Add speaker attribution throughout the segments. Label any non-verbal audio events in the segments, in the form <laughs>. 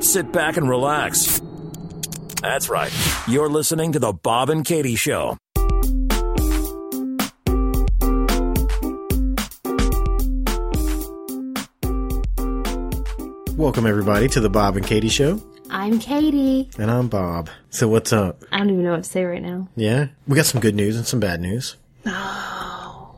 Speaker 1: Sit back and relax. That's right. You're listening to the Bob and Katie Show.
Speaker 2: Welcome everybody to the Bob and Katie Show,
Speaker 3: I'm Katie.
Speaker 2: and I'm Bob. So what's up?
Speaker 3: I don't even know what to say right now.
Speaker 2: Yeah, we got some good news and some bad news. Uh,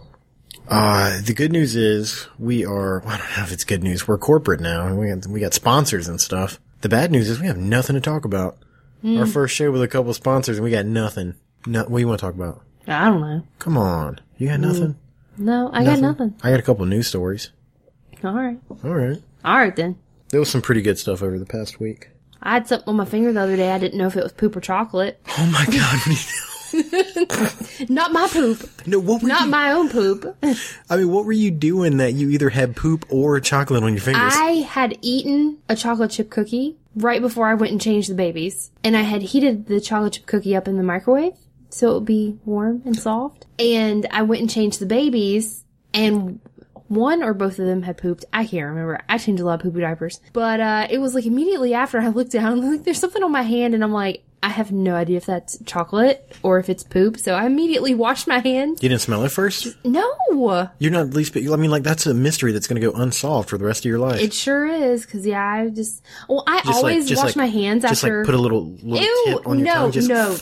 Speaker 2: the good news is we are. I don't know if it's good news. We're corporate now, and we got, we got sponsors and stuff. The bad news is we have nothing to talk about.
Speaker 3: Hmm.
Speaker 2: Our first show with a couple sponsors, and we got nothing. No, what do you want to talk about?
Speaker 3: I don't know.
Speaker 2: Come on, you got nothing.
Speaker 3: No, I Hmm. got nothing.
Speaker 2: I got a couple news stories.
Speaker 3: All right.
Speaker 2: All right,
Speaker 3: All right then.
Speaker 2: there was some pretty good stuff over the past week.
Speaker 3: I had something on my finger the other day. I didn't know if it was poop or chocolate.
Speaker 2: Oh
Speaker 3: <laughs>
Speaker 2: my god!
Speaker 3: Not my poop.
Speaker 2: no, what were
Speaker 3: Not my own poop.
Speaker 2: I mean, what were you doing that you either had poop or chocolate on your fingers?
Speaker 3: I had eaten a chocolate chip cookie right before I went and changed the babies, and I had heated the chocolate chip cookie up in the microwave so it would be warm and soft. And I went and changed the babies, and one or both of them had pooped. I can't remember. I changed a lot of poopy diapers, but uh, it was like immediately after I looked down, <laughs> like there's something on my hand, and I'm like. I have no idea if that's chocolate or if it's poop, so I immediately washed my hands.
Speaker 2: you didn't smell it first?
Speaker 3: No,
Speaker 2: You're not at least, but I mean, like that's a mystery that's going to go unsolved for the rest of your life.
Speaker 3: it sure is because yeah, I just well, I
Speaker 2: Just
Speaker 3: always
Speaker 2: just
Speaker 3: wash my hands
Speaker 2: just
Speaker 3: after.
Speaker 2: like put a little little
Speaker 3: Ew!
Speaker 2: tip on your
Speaker 3: no,
Speaker 2: tongue. Just, <laughs>
Speaker 3: no,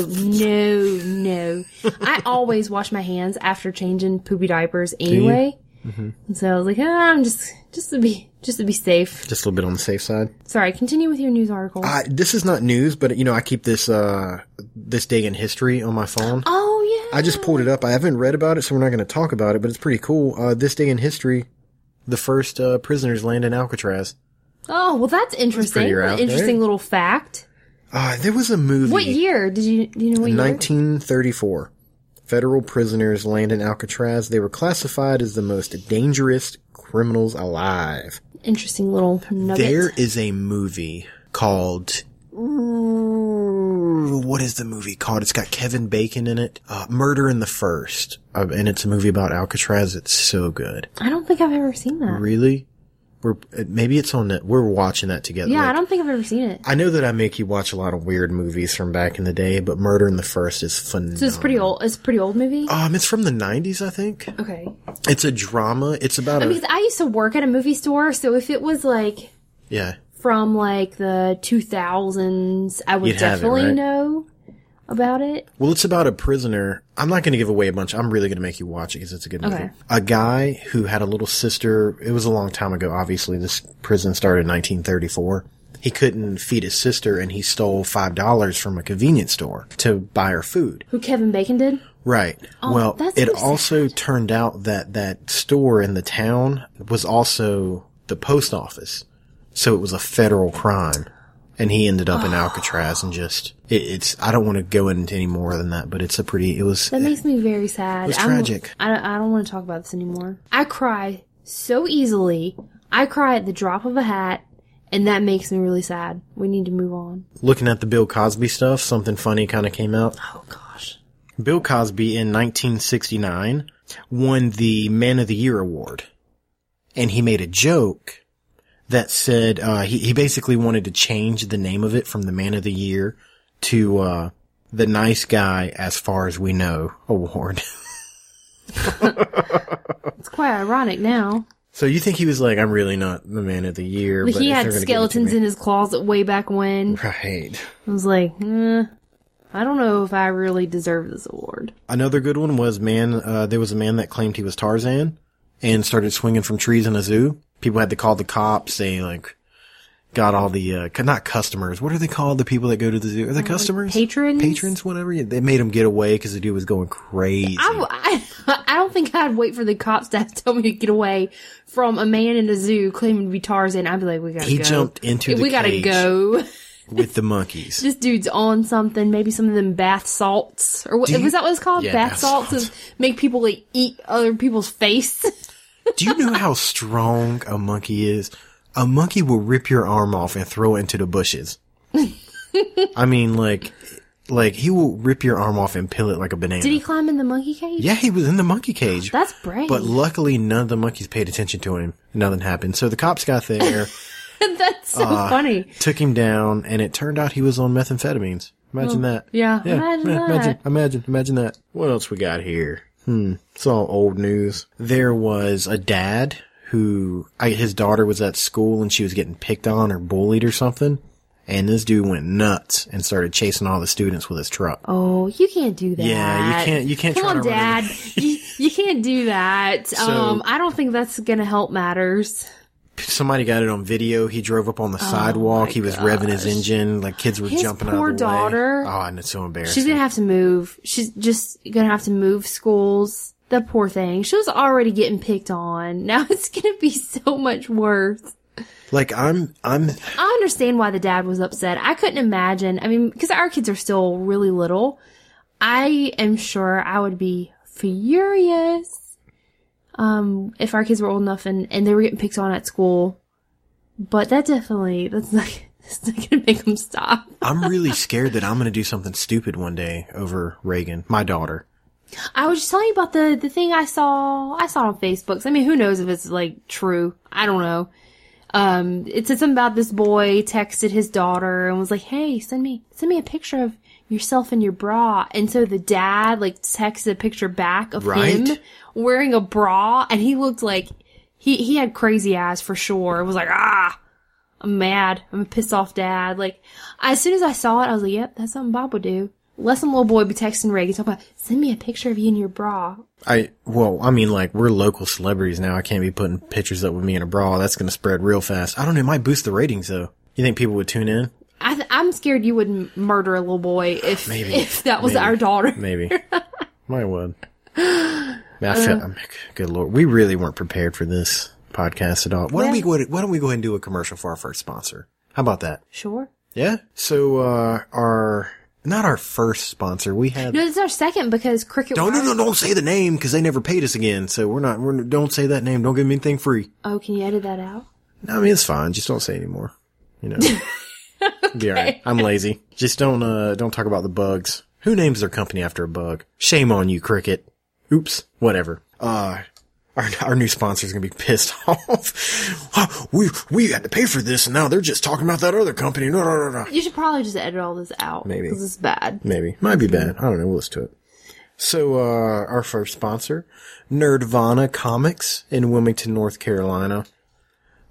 Speaker 3: no, no, no. I always wash my hands after changing poopy diapers anyway.
Speaker 2: Mm-hmm.
Speaker 3: And So I was like, ah, I'm just just to be just to be safe.
Speaker 2: just a little bit on the safe side.
Speaker 3: Sorry, continue with your news article.
Speaker 2: I, this is not news, but you know, I keep this uh this day in history on my phone.
Speaker 3: oh yeah,
Speaker 2: I just pulled it up. I haven't read about it, so we're not going to talk about it. But it's pretty cool. Uh, this day in history, the first uh, prisoners land in Alcatraz.
Speaker 3: oh well, that's interesting.
Speaker 2: pretty rough,
Speaker 3: An interesting
Speaker 2: right?
Speaker 3: little fact.
Speaker 2: Uh, there was a movie.
Speaker 3: What year did you do you know what year?
Speaker 2: 1934. Federal prisoners land in Alcatraz. They were classified as the most dangerous criminals alive.
Speaker 3: Interesting little nugget.
Speaker 2: There is a movie called. Ooh, What is the movie called? It's got Kevin Bacon in it. Uh, Murder in the First. Uh, and it's a movie about Alcatraz. It's so good.
Speaker 3: I don't think I've ever seen that.
Speaker 2: Really? We're, uh, maybe it's on that. We're watching that together.
Speaker 3: yeah, I
Speaker 2: Like,
Speaker 3: don't think I've ever seen it.
Speaker 2: I know that I make you watch a lot of weird movies from back in the day, but Murder in the First is phenomenal.
Speaker 3: So it's pretty old. It's a pretty old movie.
Speaker 2: Um, it's from the '90s, I think.
Speaker 3: okay.
Speaker 2: It's a drama. It's about a
Speaker 3: Because I used to work at a movie store, so if it was like
Speaker 2: yeah.
Speaker 3: from like the 2000s, I would
Speaker 2: You'd have it,
Speaker 3: definitely
Speaker 2: right?
Speaker 3: know about it.
Speaker 2: Well, it's about a prisoner. I'm not going to give away a bunch. I'm really going to make you watch it because it's a good movie.
Speaker 3: Okay.
Speaker 2: A guy who had a little sister. It was a long time ago. Obviously, this prison started in 1934. He couldn't feed his sister, and he stole five dollars from a convenience store to buy her food.
Speaker 3: Who Kevin Bacon did?
Speaker 2: Right. well,
Speaker 3: that's
Speaker 2: it
Speaker 3: so sad.
Speaker 2: also turned out that that store in the town was also the post office. So it was a federal crime. And he ended up in Alcatraz and just, it, it's, I don't want to go into any more than that, but it's a pretty, it was,
Speaker 3: That makes me very sad.
Speaker 2: was
Speaker 3: I'm-
Speaker 2: tragic.
Speaker 3: I don't, I don't want to talk about this anymore. I cry so easily. I cry at the drop of a hat, and that makes me really sad. We need to move on.
Speaker 2: looking at the Bill Cosby stuff, something funny kind of came out.
Speaker 3: Oh gosh.
Speaker 2: Bill Cosby in 1969 won the Man of the Year award. And he made a joke that said, uh, he, he basically wanted to change the name of it from the Man of the Year to, uh, the Nice Guy As Far As We Know award. <laughs>
Speaker 3: It's quite ironic now.
Speaker 2: so you think he was like, I'm really not the Man of the Year.
Speaker 3: But he
Speaker 2: if
Speaker 3: had
Speaker 2: they're gonna give it to
Speaker 3: skeletons
Speaker 2: me-
Speaker 3: in his closet way back when.
Speaker 2: Right.
Speaker 3: I was like, eh, I don't know if I really deserve this award.
Speaker 2: Another good one was man. Uh, there was a man that claimed he was Tarzan and started swinging from trees in a zoo. People had to call the cops. They like got all the uh, cu- not customers. What are they called? The people that go to the zoo are they customers?
Speaker 3: Oh, Patrons?
Speaker 2: patrons, whatever. Yeah, They made him get away because the dude was going crazy.
Speaker 3: I, w- I- <laughs> I don't think I'd wait for the cops to tell me to get away from a man in a zoo claiming to be Tarzan. I'd be like, we gotta
Speaker 2: He
Speaker 3: go.
Speaker 2: jumped into the
Speaker 3: We gotta
Speaker 2: cage.
Speaker 3: go.
Speaker 2: <laughs>
Speaker 3: <laughs>
Speaker 2: with the monkeys.
Speaker 3: This dude's on something. Maybe some of them bath salts, or what,
Speaker 2: Do you-
Speaker 3: was that what it's called?
Speaker 2: Yeah,
Speaker 3: bath
Speaker 2: bath
Speaker 3: salts,
Speaker 2: salts.
Speaker 3: is make people like eat other people's face. <laughs>
Speaker 2: Do you know how strong a monkey is? A monkey will rip your arm off and throw it into the
Speaker 3: <laughs>
Speaker 2: bushes. I mean, like, like he will rip your arm off and peel it like a banana.
Speaker 3: Did he climb in the monkey cage?
Speaker 2: Yeah, he was in the monkey cage.
Speaker 3: That's brave. <laughs>
Speaker 2: but luckily, none of the monkeys paid attention to him. Nothing happened. So the cops got there.
Speaker 3: <laughs> That's so
Speaker 2: uh,
Speaker 3: funny.
Speaker 2: Took him down, and it turned out he was on methamphetamines. Imagine that.
Speaker 3: Oh, yeah, imagine
Speaker 2: yeah, imagine,
Speaker 3: that.
Speaker 2: imagine, imagine that. What else we got here? Hmm, it's all old news. There was a dad who, I, his daughter was at school and she was getting picked on or bullied or something. And this dude went nuts and started chasing all the students with his truck.
Speaker 3: Oh, you can't do that.
Speaker 2: Yeah, you can't- you can't
Speaker 3: Come
Speaker 2: try
Speaker 3: on,
Speaker 2: to run
Speaker 3: Dad. you, you can't
Speaker 2: <laughs>
Speaker 3: do that. um, I don't think that's gonna help matters.
Speaker 2: Somebody got it on video. He drove up on the sidewalk. He was revving his engine. Like kids were
Speaker 3: Oh His
Speaker 2: jumping
Speaker 3: poor
Speaker 2: out of the
Speaker 3: daughter.
Speaker 2: way. Oh, and it's so embarrassing.
Speaker 3: She's gonna have to move. She's just gonna have to move schools. The poor thing. She was already getting picked on. <laughs> Now it's gonna be so much worse.
Speaker 2: like I'm, I'm
Speaker 3: I understand why the dad was upset. I couldn't imagine. I mean, because our kids are still really little. I am sure I would be furious um, if our kids were old enough and, and they were getting picked on at school. But that definitely, that's not, <laughs> that's not going to make them stop.
Speaker 2: I'm really scared that I'm going to do something stupid one day over Reagan, my daughter.
Speaker 3: I was just telling you about the, the thing I saw, I saw it on Facebook. So, I mean, who knows if it's like true? I don't know. Um, it said something about this boy texted his daughter and was like, Hey, send me, send me a picture of yourself in your bra. And so the dad like texted a picture back of
Speaker 2: Right.
Speaker 3: him wearing a bra and he looked like he, he had crazy eyes for sure. It was like, ah, I'm mad. I'm a piss off dad. Like, as soon as I saw it, I was like, yep, that's something Bob would do. Let some little boy be texting Reagan, talking about, send me a picture of you in your bra.
Speaker 2: I, well, I mean, like, we're local celebrities now. I can't be putting pictures up with me in a bra. That's going to spread real fast. I don't know. It might boost the ratings, though. You think people would tune in?
Speaker 3: I th- I'm scared you would m- murder a little boy if
Speaker 2: Maybe.
Speaker 3: <laughs> if that was
Speaker 2: Maybe.
Speaker 3: our daughter.
Speaker 2: Maybe. might would. Man, I feel, I'm- good lord. We really weren't prepared for this podcast at all. Why don't we go, why don't we go ahead and do a commercial for our first sponsor? How about that?
Speaker 3: Sure.
Speaker 2: Yeah. So, uh, our, not our first sponsor. We have.
Speaker 3: <laughs> No, this is our second because cricket.
Speaker 2: No, no,
Speaker 3: Wire-
Speaker 2: no, don't say the name because they never paid us again. So we're not, we're, don't say that name. Don't give me anything free.
Speaker 3: Oh, can you edit that out?
Speaker 2: No, I mean, it's fine. Just don't say anymore. You know, be all right. I'm lazy. Just don't, uh, don't talk about the bugs. Who names their company after a bug? Shame on you, Cricket. Oops. Whatever. Uh, our, our new sponsor's gonna be pissed <laughs> off. Huh, we, we had to pay for this and now they're just talking about that other company. No, no, no, no.
Speaker 3: You should probably just edit all this out.
Speaker 2: Maybe.
Speaker 3: because it's bad.
Speaker 2: Maybe. Might be bad. I don't know. We'll listen to it. So, uh, our first sponsor, Nerdvana Comics in Wilmington, North Carolina.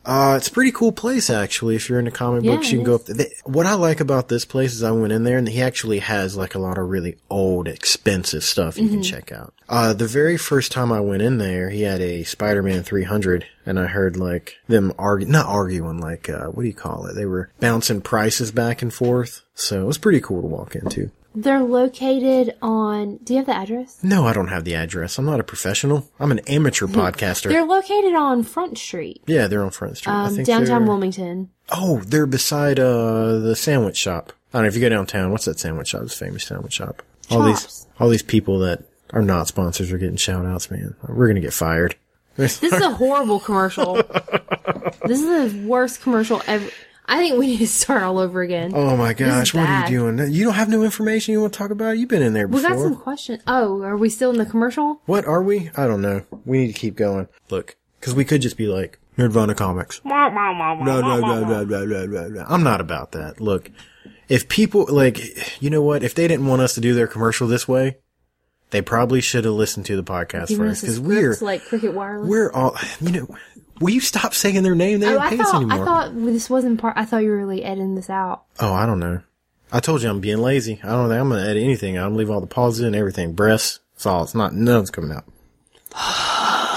Speaker 2: Uh, it's a pretty cool place, actually. If you're into comic
Speaker 3: Yeah,
Speaker 2: books, you
Speaker 3: it
Speaker 2: can go up there. They- What I like about this place is I went in there and he actually has like a lot of really old, expensive stuff you
Speaker 3: Mm-hmm.
Speaker 2: can check out. Uh, the very first time I went in there, he had a Spider-Man 300 and I heard like them argue, not arguing, like, uh, what do you call it? They were bouncing prices back and forth. So it was pretty cool to walk into.
Speaker 3: They're located on. Do you have the address?
Speaker 2: No, I don't have the address. I'm not a professional. I'm an amateur podcaster.
Speaker 3: They're located on Front Street,
Speaker 2: yeah, they're on Front Street. I
Speaker 3: um,
Speaker 2: think
Speaker 3: downtown
Speaker 2: they're-
Speaker 3: Wilmington.
Speaker 2: Oh, they're beside uh the sandwich shop. I don't know if you go downtown. What's that sandwich shop? It's a famous sandwich shop. All these
Speaker 3: Chops.
Speaker 2: all these people that are not sponsors are getting shout outs, man. We're gonna get fired. <laughs> Oh
Speaker 3: This is a horrible commercial. this is the worst commercial ever. I think we need to start all over again.
Speaker 2: Oh my gosh, what are
Speaker 3: bad.
Speaker 2: you doing? You don't have no information you want to talk about? You've been in there
Speaker 3: we
Speaker 2: before.
Speaker 3: got some questions. Oh, are we still in the commercial?
Speaker 2: What are we? I don't know. We need to keep going. Look, because we could just be like Nerdvana Comics. No, no, no, no, no, no, no, no. I'm not about that. Look, if people like, you know what? If they didn't want us to do their commercial this way, they probably should have listened to the podcast
Speaker 3: Giving
Speaker 2: first
Speaker 3: us a
Speaker 2: because we're
Speaker 3: script like Cricket Wireless.
Speaker 2: we're all you know. Will you stop saying their name? They
Speaker 3: Oh,
Speaker 2: don't
Speaker 3: I
Speaker 2: pay us
Speaker 3: thought
Speaker 2: anymore.
Speaker 3: I thought this wasn't part. I thought you were like editing this out.
Speaker 2: Oh, I don't know. I told you I'm being lazy. I don't think I'm gonna edit anything. I'm gonna leave all the pauses and everything. Breasts. It's all. It's not. None's coming out. <laughs>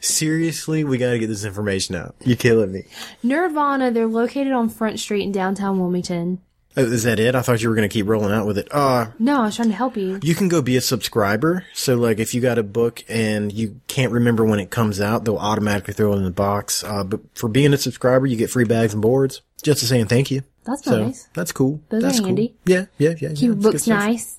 Speaker 2: Seriously, we gotta get this information out. You're killing me.
Speaker 3: Nirvana. They're located on Front Street in downtown Wilmington.
Speaker 2: Oh, is that it? I thought you were gonna keep rolling out with it. Uh,
Speaker 3: No, I was trying to help you.
Speaker 2: you can go be a subscriber. So like if you got a book and you can't remember when it comes out, they'll automatically throw it in the box. Uh, but for being a subscriber, you get free bags and boards just to saying thank you.
Speaker 3: That's
Speaker 2: So
Speaker 3: Oh, nice.
Speaker 2: that's cool.
Speaker 3: Those are
Speaker 2: that's cool.
Speaker 3: handy.
Speaker 2: Yeah, yeah, yeah. yeah,
Speaker 3: Your
Speaker 2: it's good
Speaker 3: book's
Speaker 2: stuff.
Speaker 3: nice.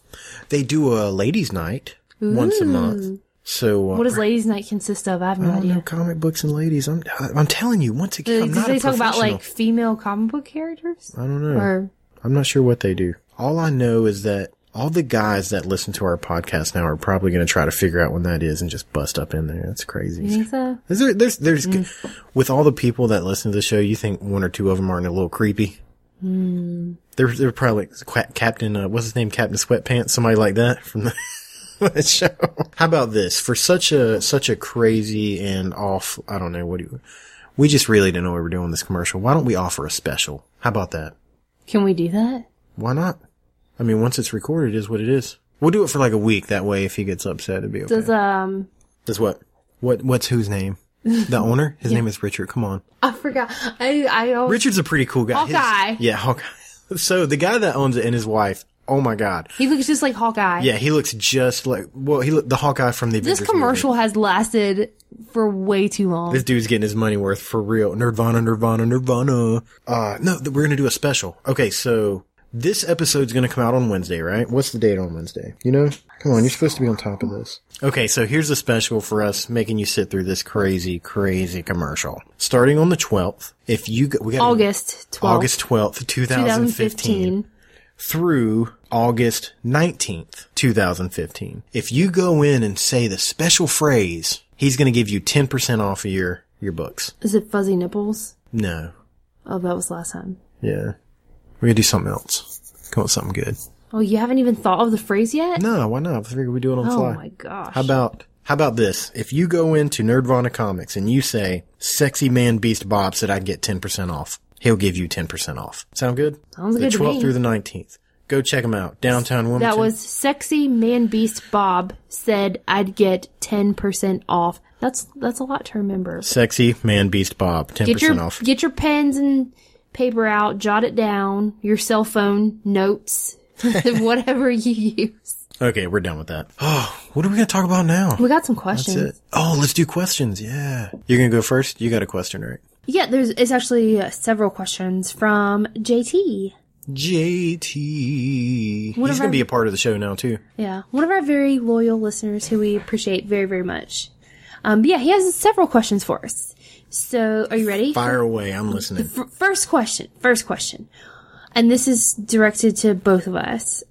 Speaker 2: They do a ladies' night once a month. So uh,
Speaker 3: What does Ladies' Night consist of? I have no
Speaker 2: I don't know
Speaker 3: idea.
Speaker 2: comic books and ladies. I'm I'm telling you once again.
Speaker 3: Do,
Speaker 2: I'm
Speaker 3: do
Speaker 2: not
Speaker 3: they
Speaker 2: a
Speaker 3: talk about
Speaker 2: professional.
Speaker 3: like female comic book characters?
Speaker 2: I don't know.
Speaker 3: Or
Speaker 2: I'm not sure what they do. All I know is that All the guys that listen to our podcast now are probably going to try to figure out when that is and just bust up in there. That's crazy.
Speaker 3: You think so?
Speaker 2: Is there, there's, there's, with all the people that listen to the show, you think one or two of them aren't a little creepy? They're, they're probably Qua- Captain, uh, what's his name? Captain Sweatpants, somebody like that from the, <laughs> that show. How about this? For such a, such a crazy and off, I don't know, what do you, we just really didn't know we were doing this commercial. Why don't we offer a special? How about that?
Speaker 3: Can we do that?
Speaker 2: Why not? I mean, once it's recorded, it is what it is. We'll do it for like a week. That way, if he gets upset, it'd be okay.
Speaker 3: Does um
Speaker 2: Does what? What? What's whose
Speaker 3: <laughs>
Speaker 2: name? The owner? His name is Richard. Come on,
Speaker 3: I forgot. I I always
Speaker 2: Richard's a pretty cool guy. His-
Speaker 3: Hawkeye.
Speaker 2: yeah, Hawkeye. <laughs> So the guy that owns it and his wife. Oh my god.
Speaker 3: he looks just like Hawkeye.
Speaker 2: Yeah, he looks just like well, he look the Hawkeye from the
Speaker 3: This
Speaker 2: Avengers movie.
Speaker 3: commercial has lasted for way too long.
Speaker 2: This dude's getting his money worth for real. Nirvana, Nirvana, Nirvana. Uh, no, th- we're gonna do a special. Okay, so this episode's gonna come out on Wednesday, right? What's the date on Wednesday? You know? Come on, you're supposed to be on top of this. Okay, so here's a special for us making you sit through this crazy, crazy commercial. Starting on the 12th, if you go, we got
Speaker 3: August 12th,
Speaker 2: August 12th, 2015 through August 19th, 2015. If you go in and say the special phrase, he's going to give you 10% off of your, your books.
Speaker 3: Is it fuzzy nipples?
Speaker 2: No.
Speaker 3: Oh, that was last time.
Speaker 2: Yeah. We're going to do something else. Come up with something good.
Speaker 3: Oh, you haven't even thought of the phrase yet?
Speaker 2: No, why not? I figure we do it on the
Speaker 3: oh
Speaker 2: fly.
Speaker 3: my gosh.
Speaker 2: How about, how about this? If you go into Nerdvana Comics and you say, sexy man beast Bob said I'd get 10% off, he'll give you 10% off. Sound good?
Speaker 3: Sounds
Speaker 2: the
Speaker 3: good to
Speaker 2: 12th
Speaker 3: me.
Speaker 2: through the 19th. Go check him out. Downtown Wilmington.
Speaker 3: that was sexy man beast Bob said I'd get 10% off. That's that's a lot to remember.
Speaker 2: Sexy man beast Bob, ten
Speaker 3: Get
Speaker 2: percent
Speaker 3: your
Speaker 2: off.
Speaker 3: get your pens and paper out, jot it down, your cell phone notes, <laughs> whatever you use.
Speaker 2: Okay, we're done with that. Oh, what are we gonna talk about now?
Speaker 3: We got some
Speaker 2: That's
Speaker 3: questions.
Speaker 2: it. Oh, let's do questions. Yeah, you're gonna go first. You got a question, right?
Speaker 3: Yeah, there's it's actually uh, several questions from JT.
Speaker 2: JT.
Speaker 3: What
Speaker 2: He's
Speaker 3: if
Speaker 2: gonna
Speaker 3: I-
Speaker 2: be a part of the show now too.
Speaker 3: Yeah, one of our very loyal listeners who we appreciate very very much. Um, but yeah, he has several questions for us. So, are you ready?
Speaker 2: Fire away. I'm
Speaker 3: <laughs>
Speaker 2: listening.
Speaker 3: F- first question. First question. And this is directed to both of us.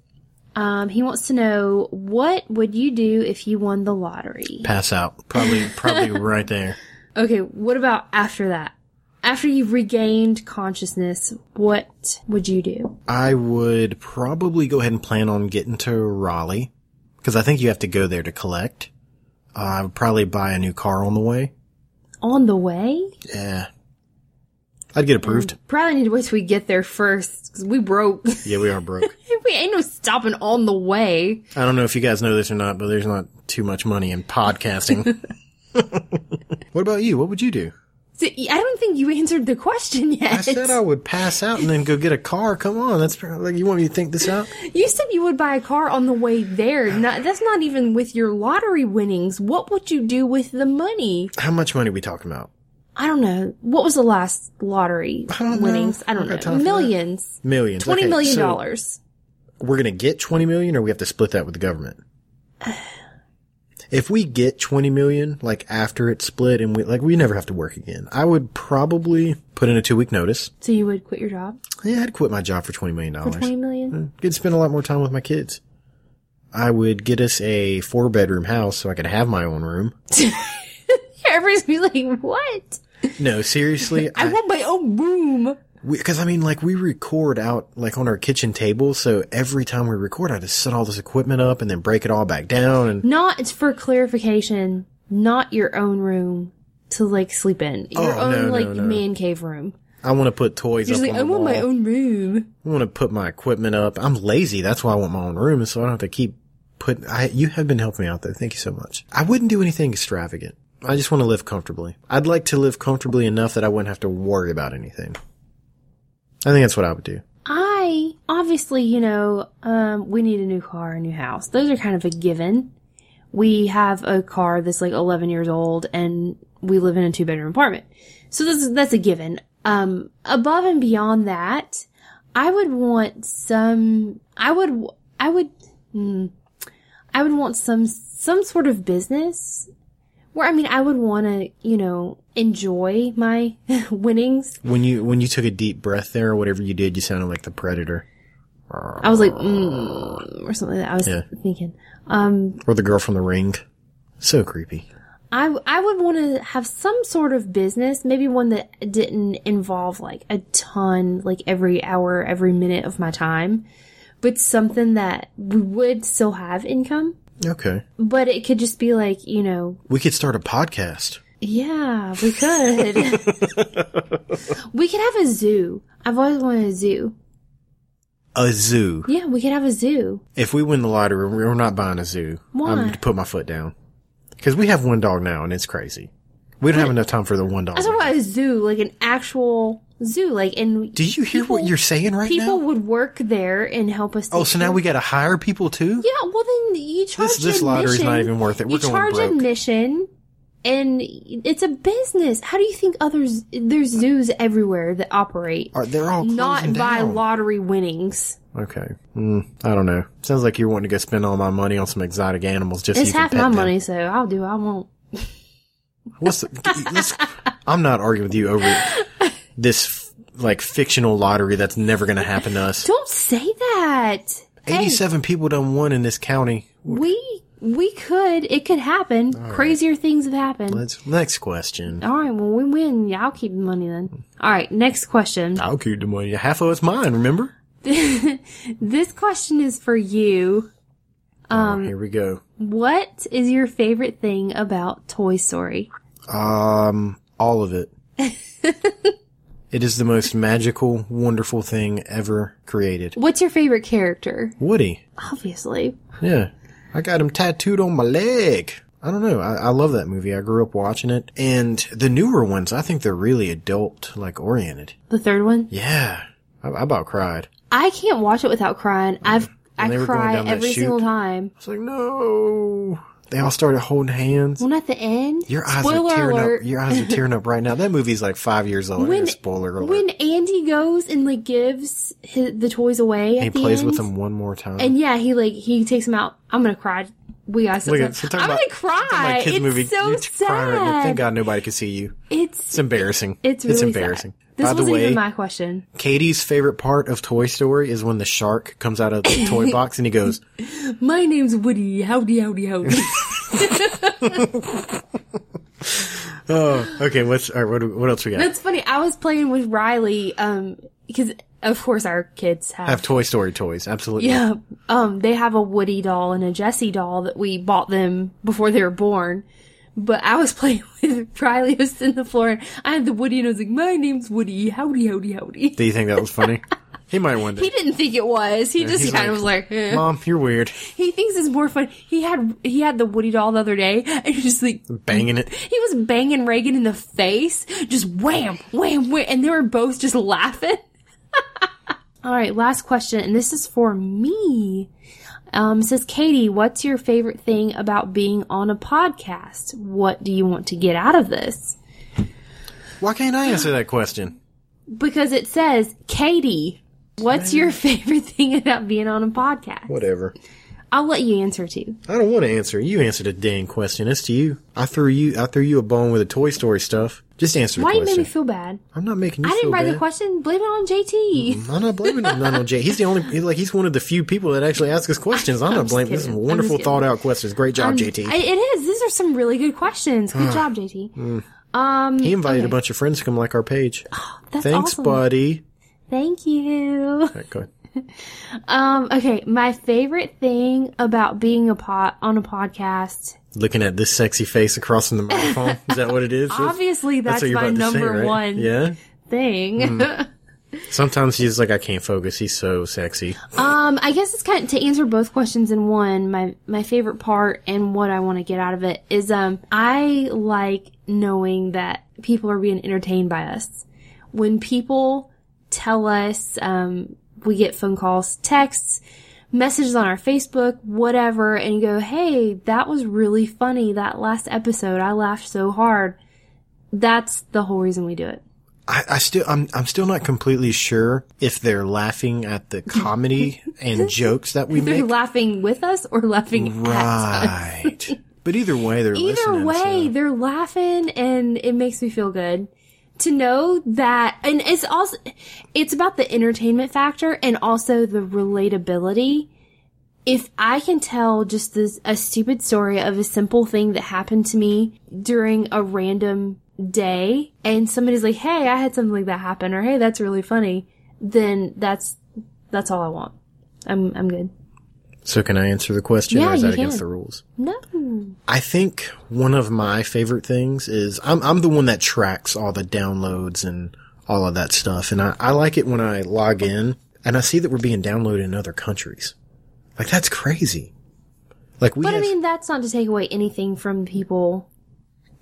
Speaker 3: Um, he wants to know what would you do if you won the lottery?
Speaker 2: Pass out. Probably,
Speaker 3: <laughs>
Speaker 2: probably right there.
Speaker 3: Okay, what about after that? After you've regained consciousness, what would you do?
Speaker 2: I would probably go ahead and plan on getting to Raleigh because I think you have to go there to collect. Uh, I would probably buy a new car on the way.
Speaker 3: On the way?
Speaker 2: Yeah, I'd get approved.
Speaker 3: Probably need to wait till we get there first, because we broke. <laughs>
Speaker 2: Yeah, we are broke.
Speaker 3: we ain't no stopping on the way.
Speaker 2: I don't know if you guys know this or not, but there's not too much money in
Speaker 3: <laughs>
Speaker 2: podcasting. what about you? What would you do?
Speaker 3: So, I don't think you answered the question <laughs> yet.
Speaker 2: I said I would pass out and then go get a car. Come on, that's like you want me to think this out.
Speaker 3: You said you would buy a car on the
Speaker 2: <sighs>
Speaker 3: way there. Not, that's not even with your lottery winnings. What would you do with the money?
Speaker 2: How much money are we talking about?
Speaker 3: I don't know. What was the last lottery
Speaker 2: don't know.
Speaker 3: winnings? I
Speaker 2: I
Speaker 3: don't
Speaker 2: got
Speaker 3: know.
Speaker 2: time for that.
Speaker 3: Millions.
Speaker 2: Millions.
Speaker 3: Twenty
Speaker 2: Okay,
Speaker 3: million
Speaker 2: so
Speaker 3: dollars.
Speaker 2: We're gonna get twenty million, or we have to split that with the government. If we get twenty million, like after it's split, and we like we never have to work again, I would probably put in a two week notice.
Speaker 3: So you would quit your job
Speaker 2: Yeah, I'd quit my job for twenty million
Speaker 3: for
Speaker 2: dollars.
Speaker 3: twenty million? <laughs>
Speaker 2: Could spend a lot more time with my kids. I would get us a four bedroom house so I could have my own room.
Speaker 3: Everybody's be <laughs> like, "What?
Speaker 2: No, seriously,
Speaker 3: <laughs> I want my own room."
Speaker 2: because I, mean, like we record out like on our kitchen table, so every time we record, I just set all this equipment up and then break it all back down. And
Speaker 3: Not. It's for clarification. Not your own room to like sleep in. Your
Speaker 2: Oh,
Speaker 3: own
Speaker 2: no, no,
Speaker 3: like
Speaker 2: no.
Speaker 3: man cave room.
Speaker 2: I want to put toys
Speaker 3: You're
Speaker 2: up
Speaker 3: just like,
Speaker 2: on
Speaker 3: I
Speaker 2: the
Speaker 3: want my
Speaker 2: wall.
Speaker 3: own room.
Speaker 2: I want to put my equipment up. I'm lazy. That's why I want my own room, so I don't have to keep putting. I you have been helping me out there. Thank you so much. I wouldn't do anything extravagant. I just want to live comfortably. I'd like to live comfortably enough that I wouldn't have to worry about anything. I think that's what I would do.
Speaker 3: I obviously, you know, um, we need a new car, a new house. Those are kind of a given. We have a car that's like 11 years old, and we live in a two bedroom apartment, so that's that's a given. Um, above and beyond that, I would want some. I would. w- I would. mm, I would want some some sort of business where I mean I would want to you know enjoy my <laughs> winnings
Speaker 2: When you when you took a deep breath there or whatever you did, you sounded like the predator.
Speaker 3: I was like, mm, or something like that. I was
Speaker 2: Yeah.
Speaker 3: thinking.
Speaker 2: Or the girl from the ring. So creepy.
Speaker 3: I, I would want to have some sort of business, maybe one that didn't involve like a ton, like every hour, every minute of my time, but something that we would still have income,
Speaker 2: Okay.
Speaker 3: but it could just be like, you know,
Speaker 2: We could start a podcast.
Speaker 3: yeah, we could. we could have a zoo. I've always wanted a zoo.
Speaker 2: A zoo.
Speaker 3: Yeah, we could have a zoo.
Speaker 2: If we win the lottery, we're not buying a zoo.
Speaker 3: Why?
Speaker 2: I'm going to put my foot down. Because we have one dog now, and it's crazy. We don't have enough time for the one dog.
Speaker 3: I was talking about a zoo, like an actual zoo, like and
Speaker 2: Do you hear what
Speaker 3: people-
Speaker 2: you're saying right
Speaker 3: people
Speaker 2: now?
Speaker 3: would work there and help us.
Speaker 2: Oh,
Speaker 3: take
Speaker 2: so now
Speaker 3: care-
Speaker 2: we got to hire people too?
Speaker 3: Yeah, well then you charge
Speaker 2: this
Speaker 3: admission.
Speaker 2: lottery's not even worth it. We're
Speaker 3: you
Speaker 2: going
Speaker 3: charge
Speaker 2: broke.
Speaker 3: admission, and it's a business. How do you think others? There's zoos everywhere that operate,
Speaker 2: Are they're all
Speaker 3: not
Speaker 2: closing
Speaker 3: by
Speaker 2: down.
Speaker 3: lottery winnings.
Speaker 2: Okay. Mm, I don't know. Sounds like you're wanting to go spend all my money on some exotic animals just
Speaker 3: It's
Speaker 2: so you
Speaker 3: half
Speaker 2: can
Speaker 3: my
Speaker 2: pet them.
Speaker 3: money, so I'll do. I won't.
Speaker 2: What's the, let's, <laughs> I'm not arguing with you
Speaker 3: <laughs>
Speaker 2: over this like fictional lottery that's never going to happen to us.
Speaker 3: Don't say that. Hey,
Speaker 2: 87 people done won in this county.
Speaker 3: we we could. It could happen. Crazier things have happened.
Speaker 2: Let's next question.
Speaker 3: All right. Well, we win. Yeah, I'll keep the money then. All right. Next question. <laughs>
Speaker 2: I'll keep the money. Half of it's mine. Remember?
Speaker 3: This question is for you. Um,
Speaker 2: oh, here we go.
Speaker 3: What is your favorite thing about Toy Story?
Speaker 2: Um, all of
Speaker 3: <laughs>
Speaker 2: it. it is the most magical, wonderful thing ever created.
Speaker 3: What's your favorite character?
Speaker 2: Woody.
Speaker 3: Obviously.
Speaker 2: Yeah. I got him tattooed on my leg. I don't know. I, I love that movie. I grew up watching it. And the newer ones, I think they're really adult, like oriented.
Speaker 3: The third one?
Speaker 2: Yeah. I, I about cried.
Speaker 3: I can't watch it without crying. I've
Speaker 2: they
Speaker 3: I
Speaker 2: were going
Speaker 3: cry
Speaker 2: down that
Speaker 3: every
Speaker 2: chute.
Speaker 3: single time.
Speaker 2: I was like, no. They all started holding hands.
Speaker 3: Well, not the end.
Speaker 2: Your eyes
Speaker 3: Spoiler
Speaker 2: are tearing
Speaker 3: alert.
Speaker 2: up. Your eyes are tearing up right now. That movie's like five years old.
Speaker 3: When-
Speaker 2: Spoiler alert.
Speaker 3: when Andy goes and like gives his, the toys away, at
Speaker 2: he
Speaker 3: the
Speaker 2: plays
Speaker 3: end,
Speaker 2: with them one more time.
Speaker 3: and yeah, he like he takes them out. I'm gonna cry. We gotta sit
Speaker 2: Look
Speaker 3: down.
Speaker 2: at- we're talking
Speaker 3: I'm
Speaker 2: about-
Speaker 3: gonna
Speaker 2: we're talking about
Speaker 3: cry.
Speaker 2: a kids
Speaker 3: It's
Speaker 2: movie.
Speaker 3: so
Speaker 2: You're crying
Speaker 3: sad.
Speaker 2: right now. Thank God nobody could see you.
Speaker 3: It's
Speaker 2: It's embarrassing.
Speaker 3: it's really sad.
Speaker 2: embarrassing.
Speaker 3: This
Speaker 2: By the
Speaker 3: wasn't
Speaker 2: way,
Speaker 3: even my question.
Speaker 2: Katie's favorite part of Toy Story is when the shark comes out of
Speaker 3: <laughs>
Speaker 2: the toy box and he goes,
Speaker 3: My name's Woody. Howdy,
Speaker 2: <laughs>
Speaker 3: howdy, howdy.
Speaker 2: "Oh, okay. What's all right, what, do- what else we got?
Speaker 3: That's funny. I was playing with Riley, um, because of course our kids have,
Speaker 2: I have Toy Story toys. Absolutely.
Speaker 3: <laughs> yeah, um, they have a Woody doll and a Jessie doll that we bought them before they were born. But I was <laughs> playing with Riley who was sitting on the floor and I had the Woody and I was like, my name's Woody. Howdy, howdy, howdy.
Speaker 2: Do you think that was
Speaker 3: <laughs>
Speaker 2: funny? he might one
Speaker 3: He
Speaker 2: day.
Speaker 3: didn't think it was. He just
Speaker 2: he's
Speaker 3: kind of was like, eh.
Speaker 2: Mom, you're weird.
Speaker 3: he thinks it's more fun. He had, he had the Woody doll the other day <laughs> and he was just like,
Speaker 2: Banging it.
Speaker 3: he was banging Reagan in the face, just wham, wham, wham, and they were both just laughing. <laughs> All right, last question, and this is for me. Um, it says Katie, what's your favorite thing about being on a podcast? What do you want to get out of this?
Speaker 2: Why can't I answer that question?
Speaker 3: Because it says, Katie, what's your <laughs> favorite thing about being on a podcast?
Speaker 2: Whatever.
Speaker 3: I'll let you answer too.
Speaker 2: I don't want to answer. You answered a dang question. It's to you. I threw you. I threw you a bone with the Toy Story stuff. Just answer the
Speaker 3: Why you made
Speaker 2: question.
Speaker 3: me feel bad?
Speaker 2: I'm not making you
Speaker 3: I didn't
Speaker 2: feel
Speaker 3: write
Speaker 2: bad. Mm-hmm.
Speaker 3: the question. Blame it on JT.
Speaker 2: I'm not blaming him not on Jay. He's the only he- like he's one of the few people that actually ask us questions. I'm,
Speaker 3: I'm
Speaker 2: not
Speaker 3: just
Speaker 2: blaming. This is
Speaker 3: kidding. I'm
Speaker 2: wonderful
Speaker 3: just
Speaker 2: thought out questions. Great job, JT.
Speaker 3: I- it is. These are some really good
Speaker 2: <sighs>
Speaker 3: questions. Good job, JT. Um,
Speaker 2: he invited a bunch of friends to come like our page.
Speaker 3: that's
Speaker 2: Thanks,
Speaker 3: awesome.
Speaker 2: buddy.
Speaker 3: Thank you.
Speaker 2: All right, go ahead.
Speaker 3: Um, okay, my favorite thing about being a pot on a podcast.
Speaker 2: Looking at this sexy face across from the
Speaker 3: <laughs>
Speaker 2: microphone. Is that what it is?
Speaker 3: Obviously, that's,
Speaker 2: what you're
Speaker 3: my
Speaker 2: about to say,
Speaker 3: number
Speaker 2: right?
Speaker 3: one
Speaker 2: Yeah. Mm-hmm.
Speaker 3: thing.
Speaker 2: Sometimes he's like, I can't focus. He's so sexy.
Speaker 3: um, I guess it's kind of to answer both questions in one. My my favorite part and what I want to get out of it is um, I like knowing that people are being entertained by us. When people tell us, um, we get phone calls, texts, messages on our Facebook, whatever, and go, hey, that was really funny. That last episode, I laughed so hard. That's the whole reason we do it.
Speaker 2: I, I still, I'm, I'm still not completely sure if they're laughing at
Speaker 3: <laughs>
Speaker 2: the comedy and jokes that we
Speaker 3: They're
Speaker 2: make.
Speaker 3: laughing with us or laughing at us.
Speaker 2: Right. But either way, they're
Speaker 3: Either
Speaker 2: listening. so-
Speaker 3: way, they're laughing and it makes me feel good. to know that, and it's also, it's about the entertainment factor and also the relatability. If I can tell just this, a stupid story of a simple thing that happened to me during a random day and somebody's like, Hey, I had something like that happen or Hey, that's really funny. Then that's, that's all I want. I'm, I'm good.
Speaker 2: So can I answer the question
Speaker 3: Yeah,
Speaker 2: or is
Speaker 3: you
Speaker 2: that against
Speaker 3: can.
Speaker 2: the rules?
Speaker 3: No.
Speaker 2: I think one of my favorite things is I'm I'm the one that tracks all the downloads and all of that stuff, and I, I like it when I log in and I see that we're being downloaded in other countries. Like that's crazy. Like we
Speaker 3: But I
Speaker 2: have-
Speaker 3: mean, that's not to take away anything from people.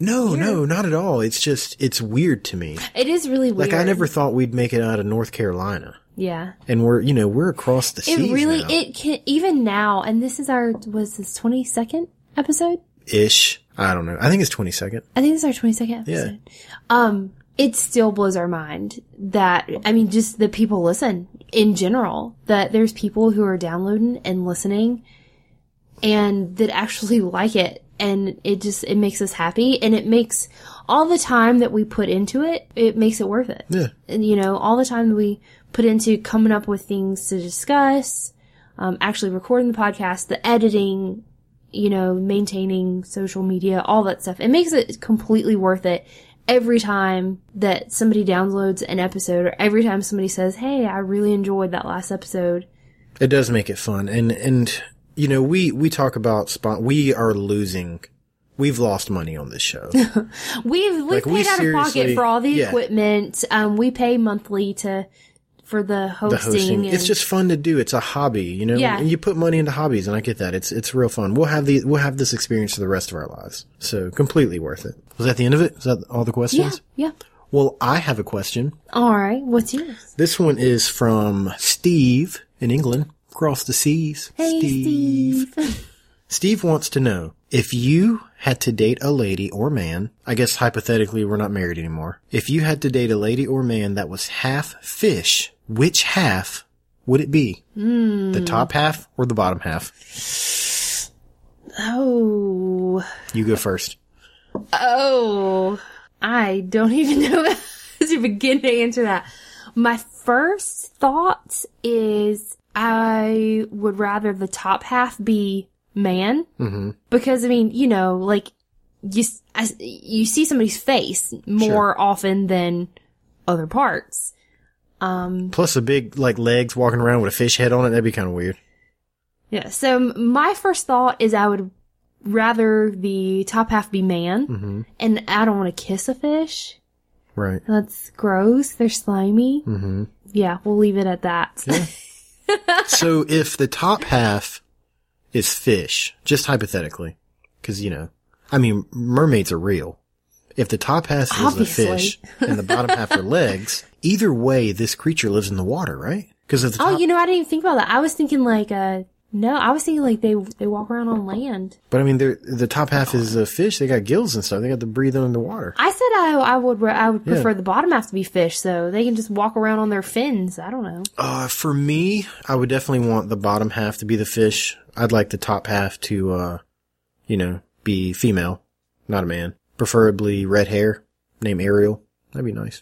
Speaker 2: no no not at all. It's just it's weird to me.
Speaker 3: It is really weird.
Speaker 2: Like I never thought we'd make it out of North Carolina,
Speaker 3: Yeah.
Speaker 2: and we're you know we're across the
Speaker 3: It
Speaker 2: seas
Speaker 3: really,
Speaker 2: now.
Speaker 3: it can, even now, and this is our, was this 22nd episode?
Speaker 2: ish. I don't know. I think it's twenty second.
Speaker 3: I think this is our 22nd
Speaker 2: Yeah.
Speaker 3: episode. Um, it still blows our mind that, I mean, just the people listen in general, that there's people who are downloading and listening and that actually <laughs> like it. And it just, it makes us happy and it makes all the time that we put into it, it makes it worth it.
Speaker 2: Yeah.
Speaker 3: and, you know, all the time that we put into coming up with things to discuss, um, actually recording the podcast, the editing, you know, maintaining social media, all that stuff. It makes it completely worth it every time that somebody downloads an episode or every time somebody says, Hey, I really enjoyed that last episode.
Speaker 2: It does make it fun, and and you know we we talk about spot. We are losing. We've lost money on this
Speaker 3: <laughs>
Speaker 2: show.
Speaker 3: We've, we've
Speaker 2: Like,
Speaker 3: paid
Speaker 2: we
Speaker 3: out of pocket
Speaker 2: seriously-
Speaker 3: for all the
Speaker 2: yeah.
Speaker 3: equipment. Um, we pay monthly to, for the hosting.
Speaker 2: The hosting.
Speaker 3: and-
Speaker 2: It's just fun to do. It's a hobby, you know.
Speaker 3: Yeah.
Speaker 2: And you put money into hobbies, and I get that. It's it's real fun. We'll have the we'll have this experience for the rest of our lives. So completely worth it. Was that the end of it? Is that all the
Speaker 3: yeah,
Speaker 2: questions?
Speaker 3: yeah.
Speaker 2: Well, I have a question.
Speaker 3: All right. What's yours?
Speaker 2: This one is from Steve in England, across the seas.
Speaker 3: Hey, Steve.
Speaker 2: Steve wants to know if you had to date a lady or man, I guess hypothetically we're not married anymore. If you had to date a lady or man that was half fish, which half would it be? The top half or the bottom half?
Speaker 3: <laughs> Oh.
Speaker 2: You go first.
Speaker 3: Oh. I don't <laughs> even know how to begin to answer that. My first thought is I would rather the top half be man. Mm-hmm. Because, I mean, you know, like, you, s- I s- you see somebody's face more often than other parts.
Speaker 2: Plus a big like legs walking around with a fish head on it, that'd be kind of weird.
Speaker 3: Yeah. So m- my first thought is I would rather the top half be man. And I don't want to kiss a fish.
Speaker 2: Right.
Speaker 3: That's gross. They're slimy. Mm-hmm. Yeah, we'll leave it at that.
Speaker 2: so if the top half is fish, just hypothetically, because you know, I mean, mermaids are real. If the top half is the
Speaker 3: Obviously.
Speaker 2: fish and the bottom half are legs, either way, this creature lives in the water, right? Because if the top,
Speaker 3: oh, you know, I didn't even think about that. I was thinking like, uh, no, I was thinking like they they walk around on land.
Speaker 2: but I mean, they're- the top half is a fish. They got gills and stuff. They got to breathe in the water.
Speaker 3: I said I I would re- I would prefer the bottom half to be fish, so they can just walk around on their fins. I don't know.
Speaker 2: Uh, for me, I would definitely want the bottom half to be the fish. I'd like the top half to, uh, you know, be female, not a man. Preferably red hair, name Ariel. That'd be nice.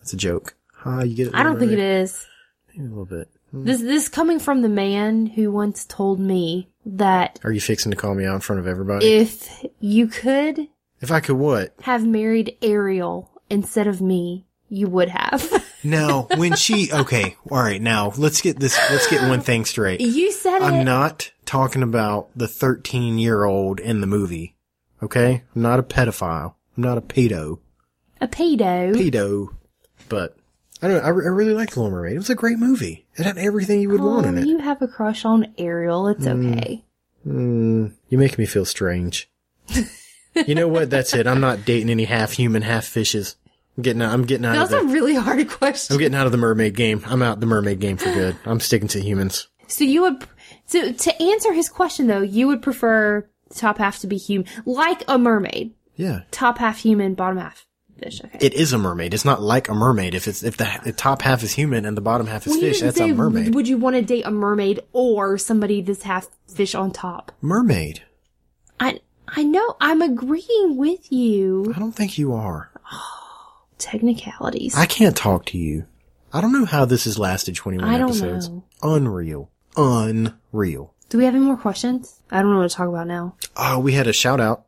Speaker 2: That's a joke. Ha, you get it.
Speaker 3: I don't think it is.
Speaker 2: A little bit.
Speaker 3: This this is coming from the man who once told me that
Speaker 2: Are you fixing to call me out in front of everybody?
Speaker 3: if you could
Speaker 2: if I could what?
Speaker 3: have married Ariel instead of me, you would have. <laughs>
Speaker 2: Now, when she, okay, alright, now, let's get this, let's get one thing straight.
Speaker 3: you said it.
Speaker 2: I'm not talking about the 13 year old in the movie. Okay? I'm not a pedophile. I'm not a pedo.
Speaker 3: a pedo.
Speaker 2: Pedo. But I don't know. I, re- I really liked Little Mermaid. It was a great movie. It had everything you would want in
Speaker 3: Oh,
Speaker 2: it. You-,
Speaker 3: You have a crush on Ariel. It's okay.
Speaker 2: mm, you make me feel strange. you know what? That's it. I'm not dating any half human, half fishes. I'm getting out, I'm getting out
Speaker 3: That
Speaker 2: of
Speaker 3: was a
Speaker 2: the,
Speaker 3: really hard <laughs>
Speaker 2: I'm
Speaker 3: question.
Speaker 2: getting out of the mermaid game. I'm out the mermaid game for good. I'm sticking to humans.
Speaker 3: So you would, so to answer his question though, you would prefer top half to be human, like a mermaid.
Speaker 2: Yeah.
Speaker 3: Top half human, bottom half fish. Okay.
Speaker 2: It is a mermaid. It's not like a mermaid. If it's if the, the top half is human and the bottom half is
Speaker 3: Well, you
Speaker 2: fish,
Speaker 3: didn't
Speaker 2: that's a
Speaker 3: say,
Speaker 2: mermaid.
Speaker 3: Would you want to date a mermaid or somebody that's half fish on top?
Speaker 2: Mermaid.
Speaker 3: I I know I'm agreeing with you.
Speaker 2: I don't think you are.
Speaker 3: technicalities.
Speaker 2: I can't talk to you. I don't know how this has lasted 21
Speaker 3: I don't
Speaker 2: episodes.
Speaker 3: know.
Speaker 2: Unreal. Unreal.
Speaker 3: Do we have any more questions? I don't know what to talk about now.
Speaker 2: Oh, we had a shout out.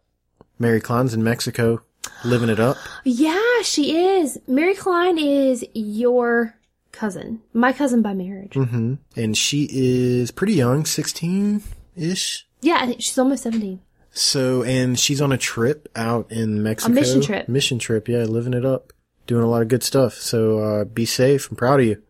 Speaker 2: Mary Klein's in Mexico, living it up.
Speaker 3: Yeah, she is. Mary Klein is your cousin. My cousin by marriage.
Speaker 2: hmm And she is pretty young, 16 ish.
Speaker 3: Yeah, I think she's almost 17.
Speaker 2: So, and she's on a trip out in Mexico.
Speaker 3: mission trip.
Speaker 2: Mission trip, yeah, living it up. Doing a lot of good stuff. So, uh, be safe. I'm proud of you.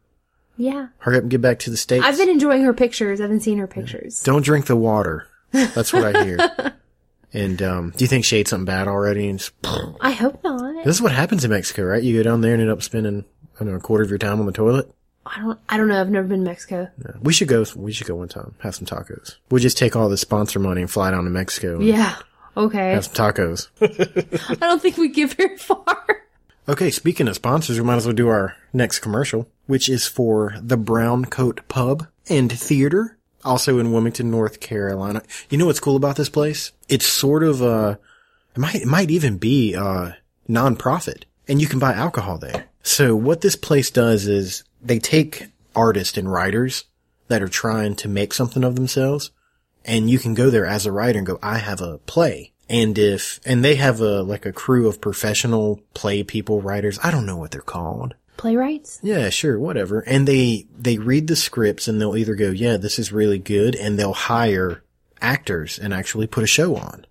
Speaker 3: Yeah.
Speaker 2: Hurry up and get back to the States.
Speaker 3: I've been enjoying her pictures. I've been seeing her pictures.
Speaker 2: Don't drink the water. That's what I hear.
Speaker 3: <laughs>
Speaker 2: and, um, do you think she ate something bad already? And just, <sniffs>
Speaker 3: I hope not.
Speaker 2: this is what happens in Mexico, right? You go down there and end up spending, I don't know, a quarter of your time on the toilet.
Speaker 3: I don't, I don't know. I've never been to Mexico.
Speaker 2: Yeah. We should go, we should go one time, have some tacos. We'll just take all the sponsor money and fly down to Mexico and
Speaker 3: Yeah. Okay. <laughs>
Speaker 2: have some tacos.
Speaker 3: I don't think we get very <laughs> far.
Speaker 2: Okay, speaking of sponsors, we might as well do our next commercial, which is for the Brown Coat Pub and Theater, also in Wilmington, North Carolina. You know what's cool about this place? It's sort of uh it might it might even be uh nonprofit, and you can buy alcohol there. So what this place does is they take artists and writers that are trying to make something of themselves and you can go there as a writer and go, I have a play. And if, and they have a, like a crew of professional play people, writers. I don't know what they're called.
Speaker 3: Playwrights?
Speaker 2: Yeah, sure, whatever. And they, they read the scripts and they'll either go, yeah, this is really good. And they'll hire actors and actually put a show on.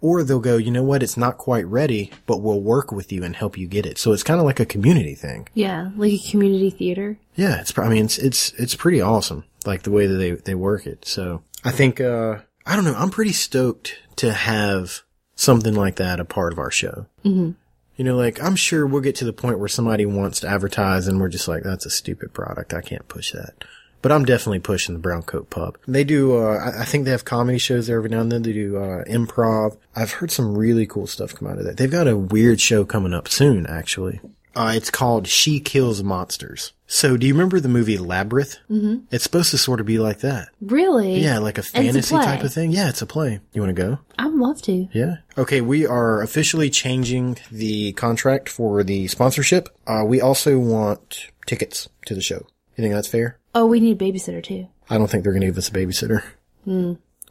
Speaker 2: Or they'll go, you know what? It's not quite ready, but we'll work with you and help you get it. So it's kind of like a community thing.
Speaker 3: Yeah. Like a community theater.
Speaker 2: Yeah, it's. pr- I mean, it's it's it's pretty awesome. Like the way that they they work it. So I think uh I don't know. I'm pretty stoked to have something like that a part of our show. Mm-hmm. You know, like I'm sure we'll get to the point where somebody wants to advertise, and we're just like, that's a stupid product. I can't push that. But I'm definitely pushing the Brown Coat Pub. They do. Uh, I- I think they have comedy shows there every now and then. They do uh, improv. I've heard some really cool stuff come out of that. They've got a weird show coming up soon, actually. Uh, it's called She Kills Monsters. So, do you remember the movie Labyrinth? Mm-hmm. It's supposed to sort of be like that.
Speaker 3: Really?
Speaker 2: Yeah, like a
Speaker 3: And it's
Speaker 2: fantasy type
Speaker 3: play.
Speaker 2: of thing. Yeah, it's a play. You want to go?
Speaker 3: I'd love to.
Speaker 2: Yeah. Okay, we are officially changing the contract for the sponsorship. Uh, we also want tickets to the show. You think that's fair?
Speaker 3: Oh, we need a babysitter too.
Speaker 2: I don't think they're going to give us a babysitter.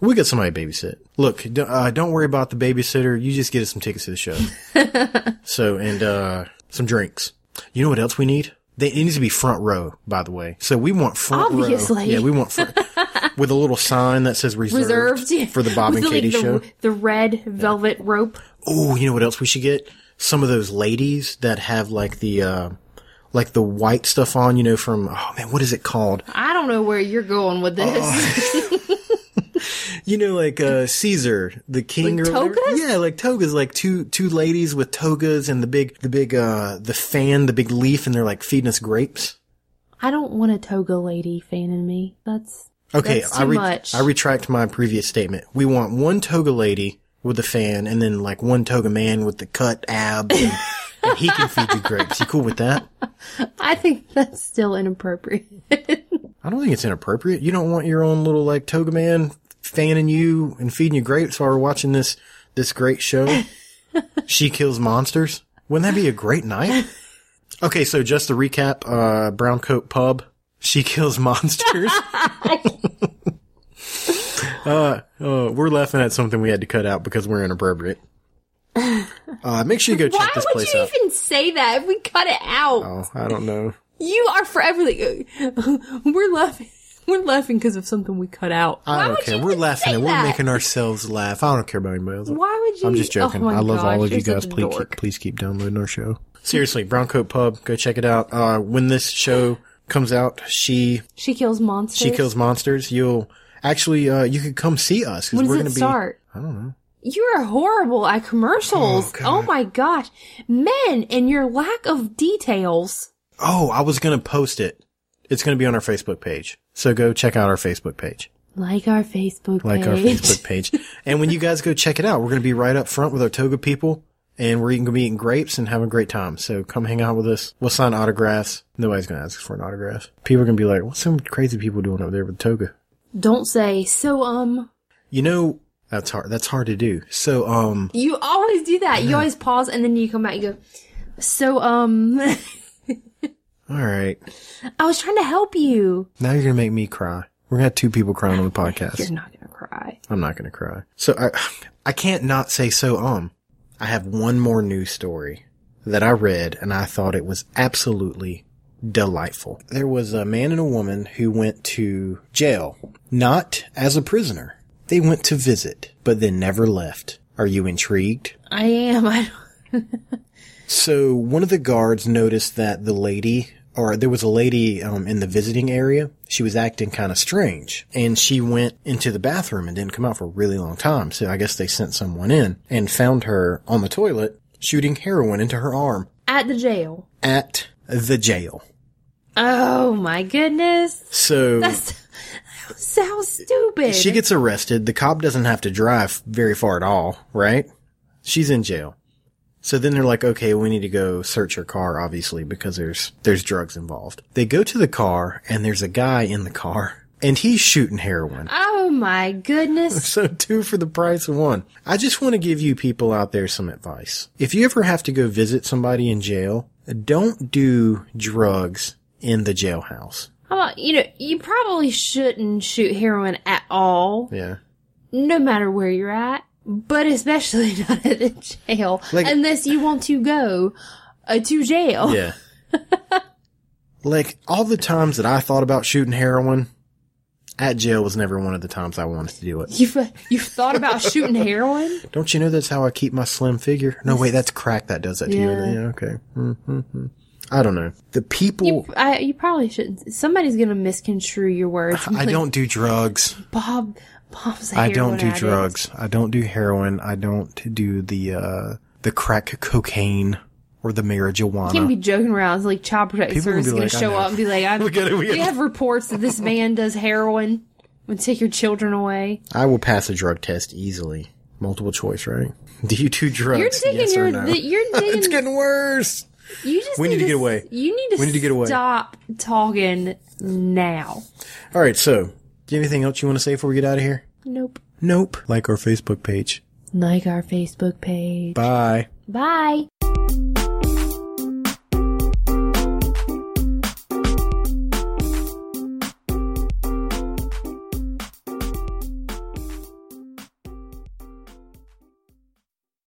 Speaker 2: We get somebody to babysit. Look, d- uh, don't worry about the babysitter. You just get us some tickets to the
Speaker 3: <laughs>
Speaker 2: show. so, and, uh, some drinks. You know what else we need? They, it needs to be front row, by the way. So we want front row.
Speaker 3: Obviously.
Speaker 2: Yeah, we want
Speaker 3: <laughs>
Speaker 2: front. with a little sign that says reserved,
Speaker 3: Reserved yeah.
Speaker 2: for the Bob
Speaker 3: <laughs> With
Speaker 2: and Katie
Speaker 3: the,
Speaker 2: show.
Speaker 3: The red velvet rope.
Speaker 2: Oh, you know what else we should get? Some of those ladies that have like the, uh, like the white stuff on, you know, from, oh man, what is it called?
Speaker 3: I don't know where you're going with this.
Speaker 2: Oh. <laughs> You know, like uh Caesar, the king
Speaker 3: Like
Speaker 2: or whatever?
Speaker 3: togas?
Speaker 2: Yeah, like togas, like two two ladies with togas and the big the big uh the fan, the big leaf, and they're like feeding us grapes.
Speaker 3: I don't want a toga lady fan in me. That's
Speaker 2: Okay,
Speaker 3: That's
Speaker 2: I
Speaker 3: too
Speaker 2: re-
Speaker 3: much.
Speaker 2: I retract my previous statement. We want one toga lady with a fan, and then like one toga man with the cut abs, and, and he can feed you grapes. You cool with that?
Speaker 3: I think <laughs> that's still inappropriate.
Speaker 2: I don't think it's inappropriate. You don't want your own little like toga man fanning you and feeding you grapes while we're watching this this great
Speaker 3: <laughs>
Speaker 2: show. she kills monsters. Wouldn't that be a great
Speaker 3: <laughs>
Speaker 2: night? Okay, so just to recap, uh, Brown Coat Pub, She Kills
Speaker 3: <laughs>
Speaker 2: Monsters. uh, uh, we're laughing at something we had to cut out because we're inappropriate. Uh, make sure you go
Speaker 3: Why
Speaker 2: check this
Speaker 3: would
Speaker 2: place
Speaker 3: you
Speaker 2: out.
Speaker 3: even say that if we cut it out?
Speaker 2: oh, I don't know.
Speaker 3: You are forever like uh, <laughs> we're laughing. We're laughing because of something we cut out.
Speaker 2: I
Speaker 3: Why
Speaker 2: don't
Speaker 3: would
Speaker 2: care.
Speaker 3: you
Speaker 2: We're
Speaker 3: even
Speaker 2: laughing
Speaker 3: say
Speaker 2: and we're
Speaker 3: that?
Speaker 2: making ourselves laugh. I don't care about anybody else.
Speaker 3: Why would you?
Speaker 2: I'm just joking.
Speaker 3: Oh my
Speaker 2: I love
Speaker 3: gosh,
Speaker 2: all of you
Speaker 3: you're
Speaker 2: guys.
Speaker 3: such a
Speaker 2: Please keep,
Speaker 3: dork.
Speaker 2: please keep downloading our show. Seriously, Brown Coat Pub, go check it out. Uh, when this show comes out, she
Speaker 3: She kills monsters.
Speaker 2: she kills monsters. You'll actually uh, you could come see us
Speaker 3: When
Speaker 2: because we're
Speaker 3: does
Speaker 2: going
Speaker 3: it
Speaker 2: to be.
Speaker 3: start?
Speaker 2: I don't know.
Speaker 3: You're horrible at commercials.
Speaker 2: Oh, God.
Speaker 3: Oh, my gosh, men and your lack of details.
Speaker 2: Oh, I was going to post it. It's going to be on our Facebook page. So go check out our Facebook page.
Speaker 3: Like our Facebook
Speaker 2: Like
Speaker 3: page.
Speaker 2: our Facebook page. And when you guys go check it out, we're going to be right up front with our toga people and we're going to be eating grapes and having a great time. So come hang out with us. We'll sign autographs. Nobody's going to ask us for an autograph. People are going to be like, what's some crazy people doing over there with toga?
Speaker 3: Don't say so. Um,
Speaker 2: You know, that's hard. That's hard to do. So, um,
Speaker 3: you always do that. You always pause and then you come back. and go. So, um, <laughs>
Speaker 2: All right.
Speaker 3: I was trying to help you.
Speaker 2: Now you're going to make me cry. We're going to have two people crying on the
Speaker 3: You're
Speaker 2: podcast.
Speaker 3: not gonna cry.
Speaker 2: I'm not going to cry. So I, <sighs> I can't not say so, um, I have one more news story that I read and I thought it was absolutely delightful. There was a man and a woman who went to jail, not as a prisoner. They went to visit, but then never left. Are you intrigued?
Speaker 3: I am. I don't-
Speaker 2: So one of the guards noticed that the lady, or there was a lady um, in the visiting area. She was acting kind of strange, and she went into the bathroom and didn't come out for a really long time. So I guess they sent someone in and found her on the toilet shooting heroin into her arm
Speaker 3: at the jail.
Speaker 2: at the jail.
Speaker 3: Oh my goodness.
Speaker 2: So
Speaker 3: That's so stupid.
Speaker 2: she gets arrested. The cop doesn't have to drive very far at all, right? She's in jail. So then they're like, okay, we need to go search her car, obviously, because there's, there's drugs involved. They go to the car and there's a guy in the car and he's shooting heroin. <laughs>
Speaker 3: oh my goodness.
Speaker 2: So two for the price of one. I just want to give you people out there some advice. If you ever have to go visit somebody in jail, don't do drugs in the jailhouse.
Speaker 3: How about, you know, you probably shouldn't shoot heroin at all,
Speaker 2: Yeah.
Speaker 3: no matter where you're at, but especially <laughs> not at the jail,
Speaker 2: Like-
Speaker 3: unless you want to go uh, to jail.
Speaker 2: Yeah. like all the times that I thought about shooting heroin, at jail was never one of the times I wanted to do it.
Speaker 3: <laughs> You've, you've thought
Speaker 2: <laughs>
Speaker 3: about shooting heroin?
Speaker 2: Don't you know that's how I keep my slim figure? No, wait, that's crack that does that to you.
Speaker 3: Yeah.
Speaker 2: Yeah, okay. Mm-hmm. I don't know. The people.
Speaker 3: You, I, you probably shouldn't. Somebody's going to misconstrue your words.
Speaker 2: I don't do drugs.
Speaker 3: Bob, Bob's a
Speaker 2: I don't
Speaker 3: heroin
Speaker 2: do
Speaker 3: addict.
Speaker 2: drugs. I don't do heroin. I don't do the uh the crack cocaine or the marijuana.
Speaker 3: can't be joking around. It's like child protective
Speaker 2: People are gonna
Speaker 3: service
Speaker 2: be
Speaker 3: is going
Speaker 2: like, I
Speaker 3: to show
Speaker 2: know.
Speaker 3: up and
Speaker 2: <laughs>
Speaker 3: be like, I'm,
Speaker 2: We gotta- we
Speaker 3: we,
Speaker 2: gotta-
Speaker 3: have reports that this man does heroin. Would take your children away.
Speaker 2: I will pass a drug test easily. Multiple choice, right? <laughs> Do you do drugs?
Speaker 3: You're taking
Speaker 2: yes
Speaker 3: your,
Speaker 2: or no?
Speaker 3: the, you're
Speaker 2: <laughs> it's
Speaker 3: taking.
Speaker 2: getting worse.
Speaker 3: you just
Speaker 2: We need to get
Speaker 3: s-
Speaker 2: away.
Speaker 3: You need to.
Speaker 2: We need to get away.
Speaker 3: Stop talking now.
Speaker 2: All right, so do you have anything else you want to say before we get out of here?
Speaker 3: Nope.
Speaker 2: Nope. Like our Facebook page.
Speaker 3: Like our Facebook page.
Speaker 2: Bye.
Speaker 3: Bye.